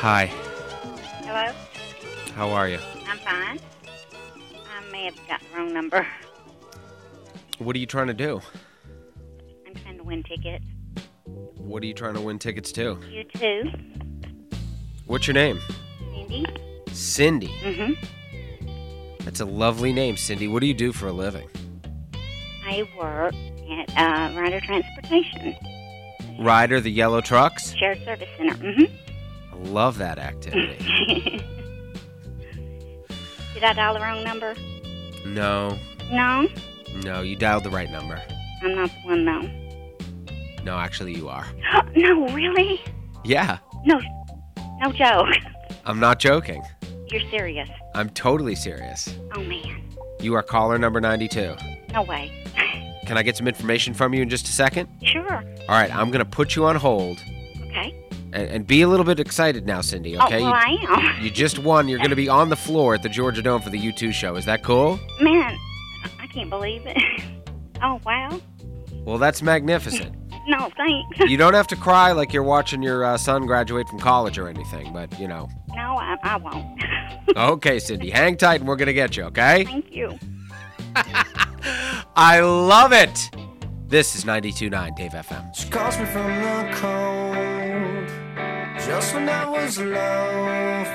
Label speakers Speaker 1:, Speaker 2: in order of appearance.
Speaker 1: Hi,
Speaker 2: Hello?
Speaker 1: how are you?
Speaker 2: I'm fine. I may have got the wrong number.
Speaker 1: What are you trying to do?
Speaker 2: I'm trying to win tickets.
Speaker 1: What are you trying to win tickets to?
Speaker 2: You too,
Speaker 1: What's your name?
Speaker 2: Cindy.
Speaker 1: Cindy.
Speaker 2: Mm-hmm.
Speaker 1: That's a lovely name, Cindy. What do you do for a living?
Speaker 2: I work at uh, Rider Transportation
Speaker 1: Rider the yellow trucks?
Speaker 2: Shared Service Center. Mm-hmm.
Speaker 1: I love that activity.
Speaker 2: Did I dial the wrong number?
Speaker 1: no,
Speaker 2: No,
Speaker 1: no, you dialed the right number.
Speaker 2: I'm not the one though.
Speaker 1: No, actually, you are.
Speaker 2: no, really?
Speaker 1: Yeah,
Speaker 2: No, no joke.
Speaker 1: I'm not joking.
Speaker 2: You're serious.
Speaker 1: I'm totally serious.
Speaker 2: Oh man,
Speaker 1: You are caller number 92.
Speaker 2: no way.
Speaker 1: Can I get some information from you in just a second?
Speaker 2: Sure.
Speaker 1: All right, I'm going to put you on hold
Speaker 2: Okay.
Speaker 1: and, and be a little bit excited now, Cindy, okay?
Speaker 2: oh
Speaker 1: You-
Speaker 2: well, I am.
Speaker 1: You just won. You're going to be on the floor at the Georgia Dome for the U2 show. Is that cool?
Speaker 2: Man, I can't believe it. Oh, wow.
Speaker 1: Well, that's magnificent.
Speaker 2: No, thanks.
Speaker 1: You don't have to cry like you're watching your uh, son graduate from college or anything, but you know.
Speaker 2: No, I, I won't.
Speaker 1: Okay, Cindy, hang tight and we're going to get you, okay?
Speaker 2: Thank you.
Speaker 1: I love it. This is 92.9 Dave FM.
Speaker 3: She calls me from the cold just when I was alone.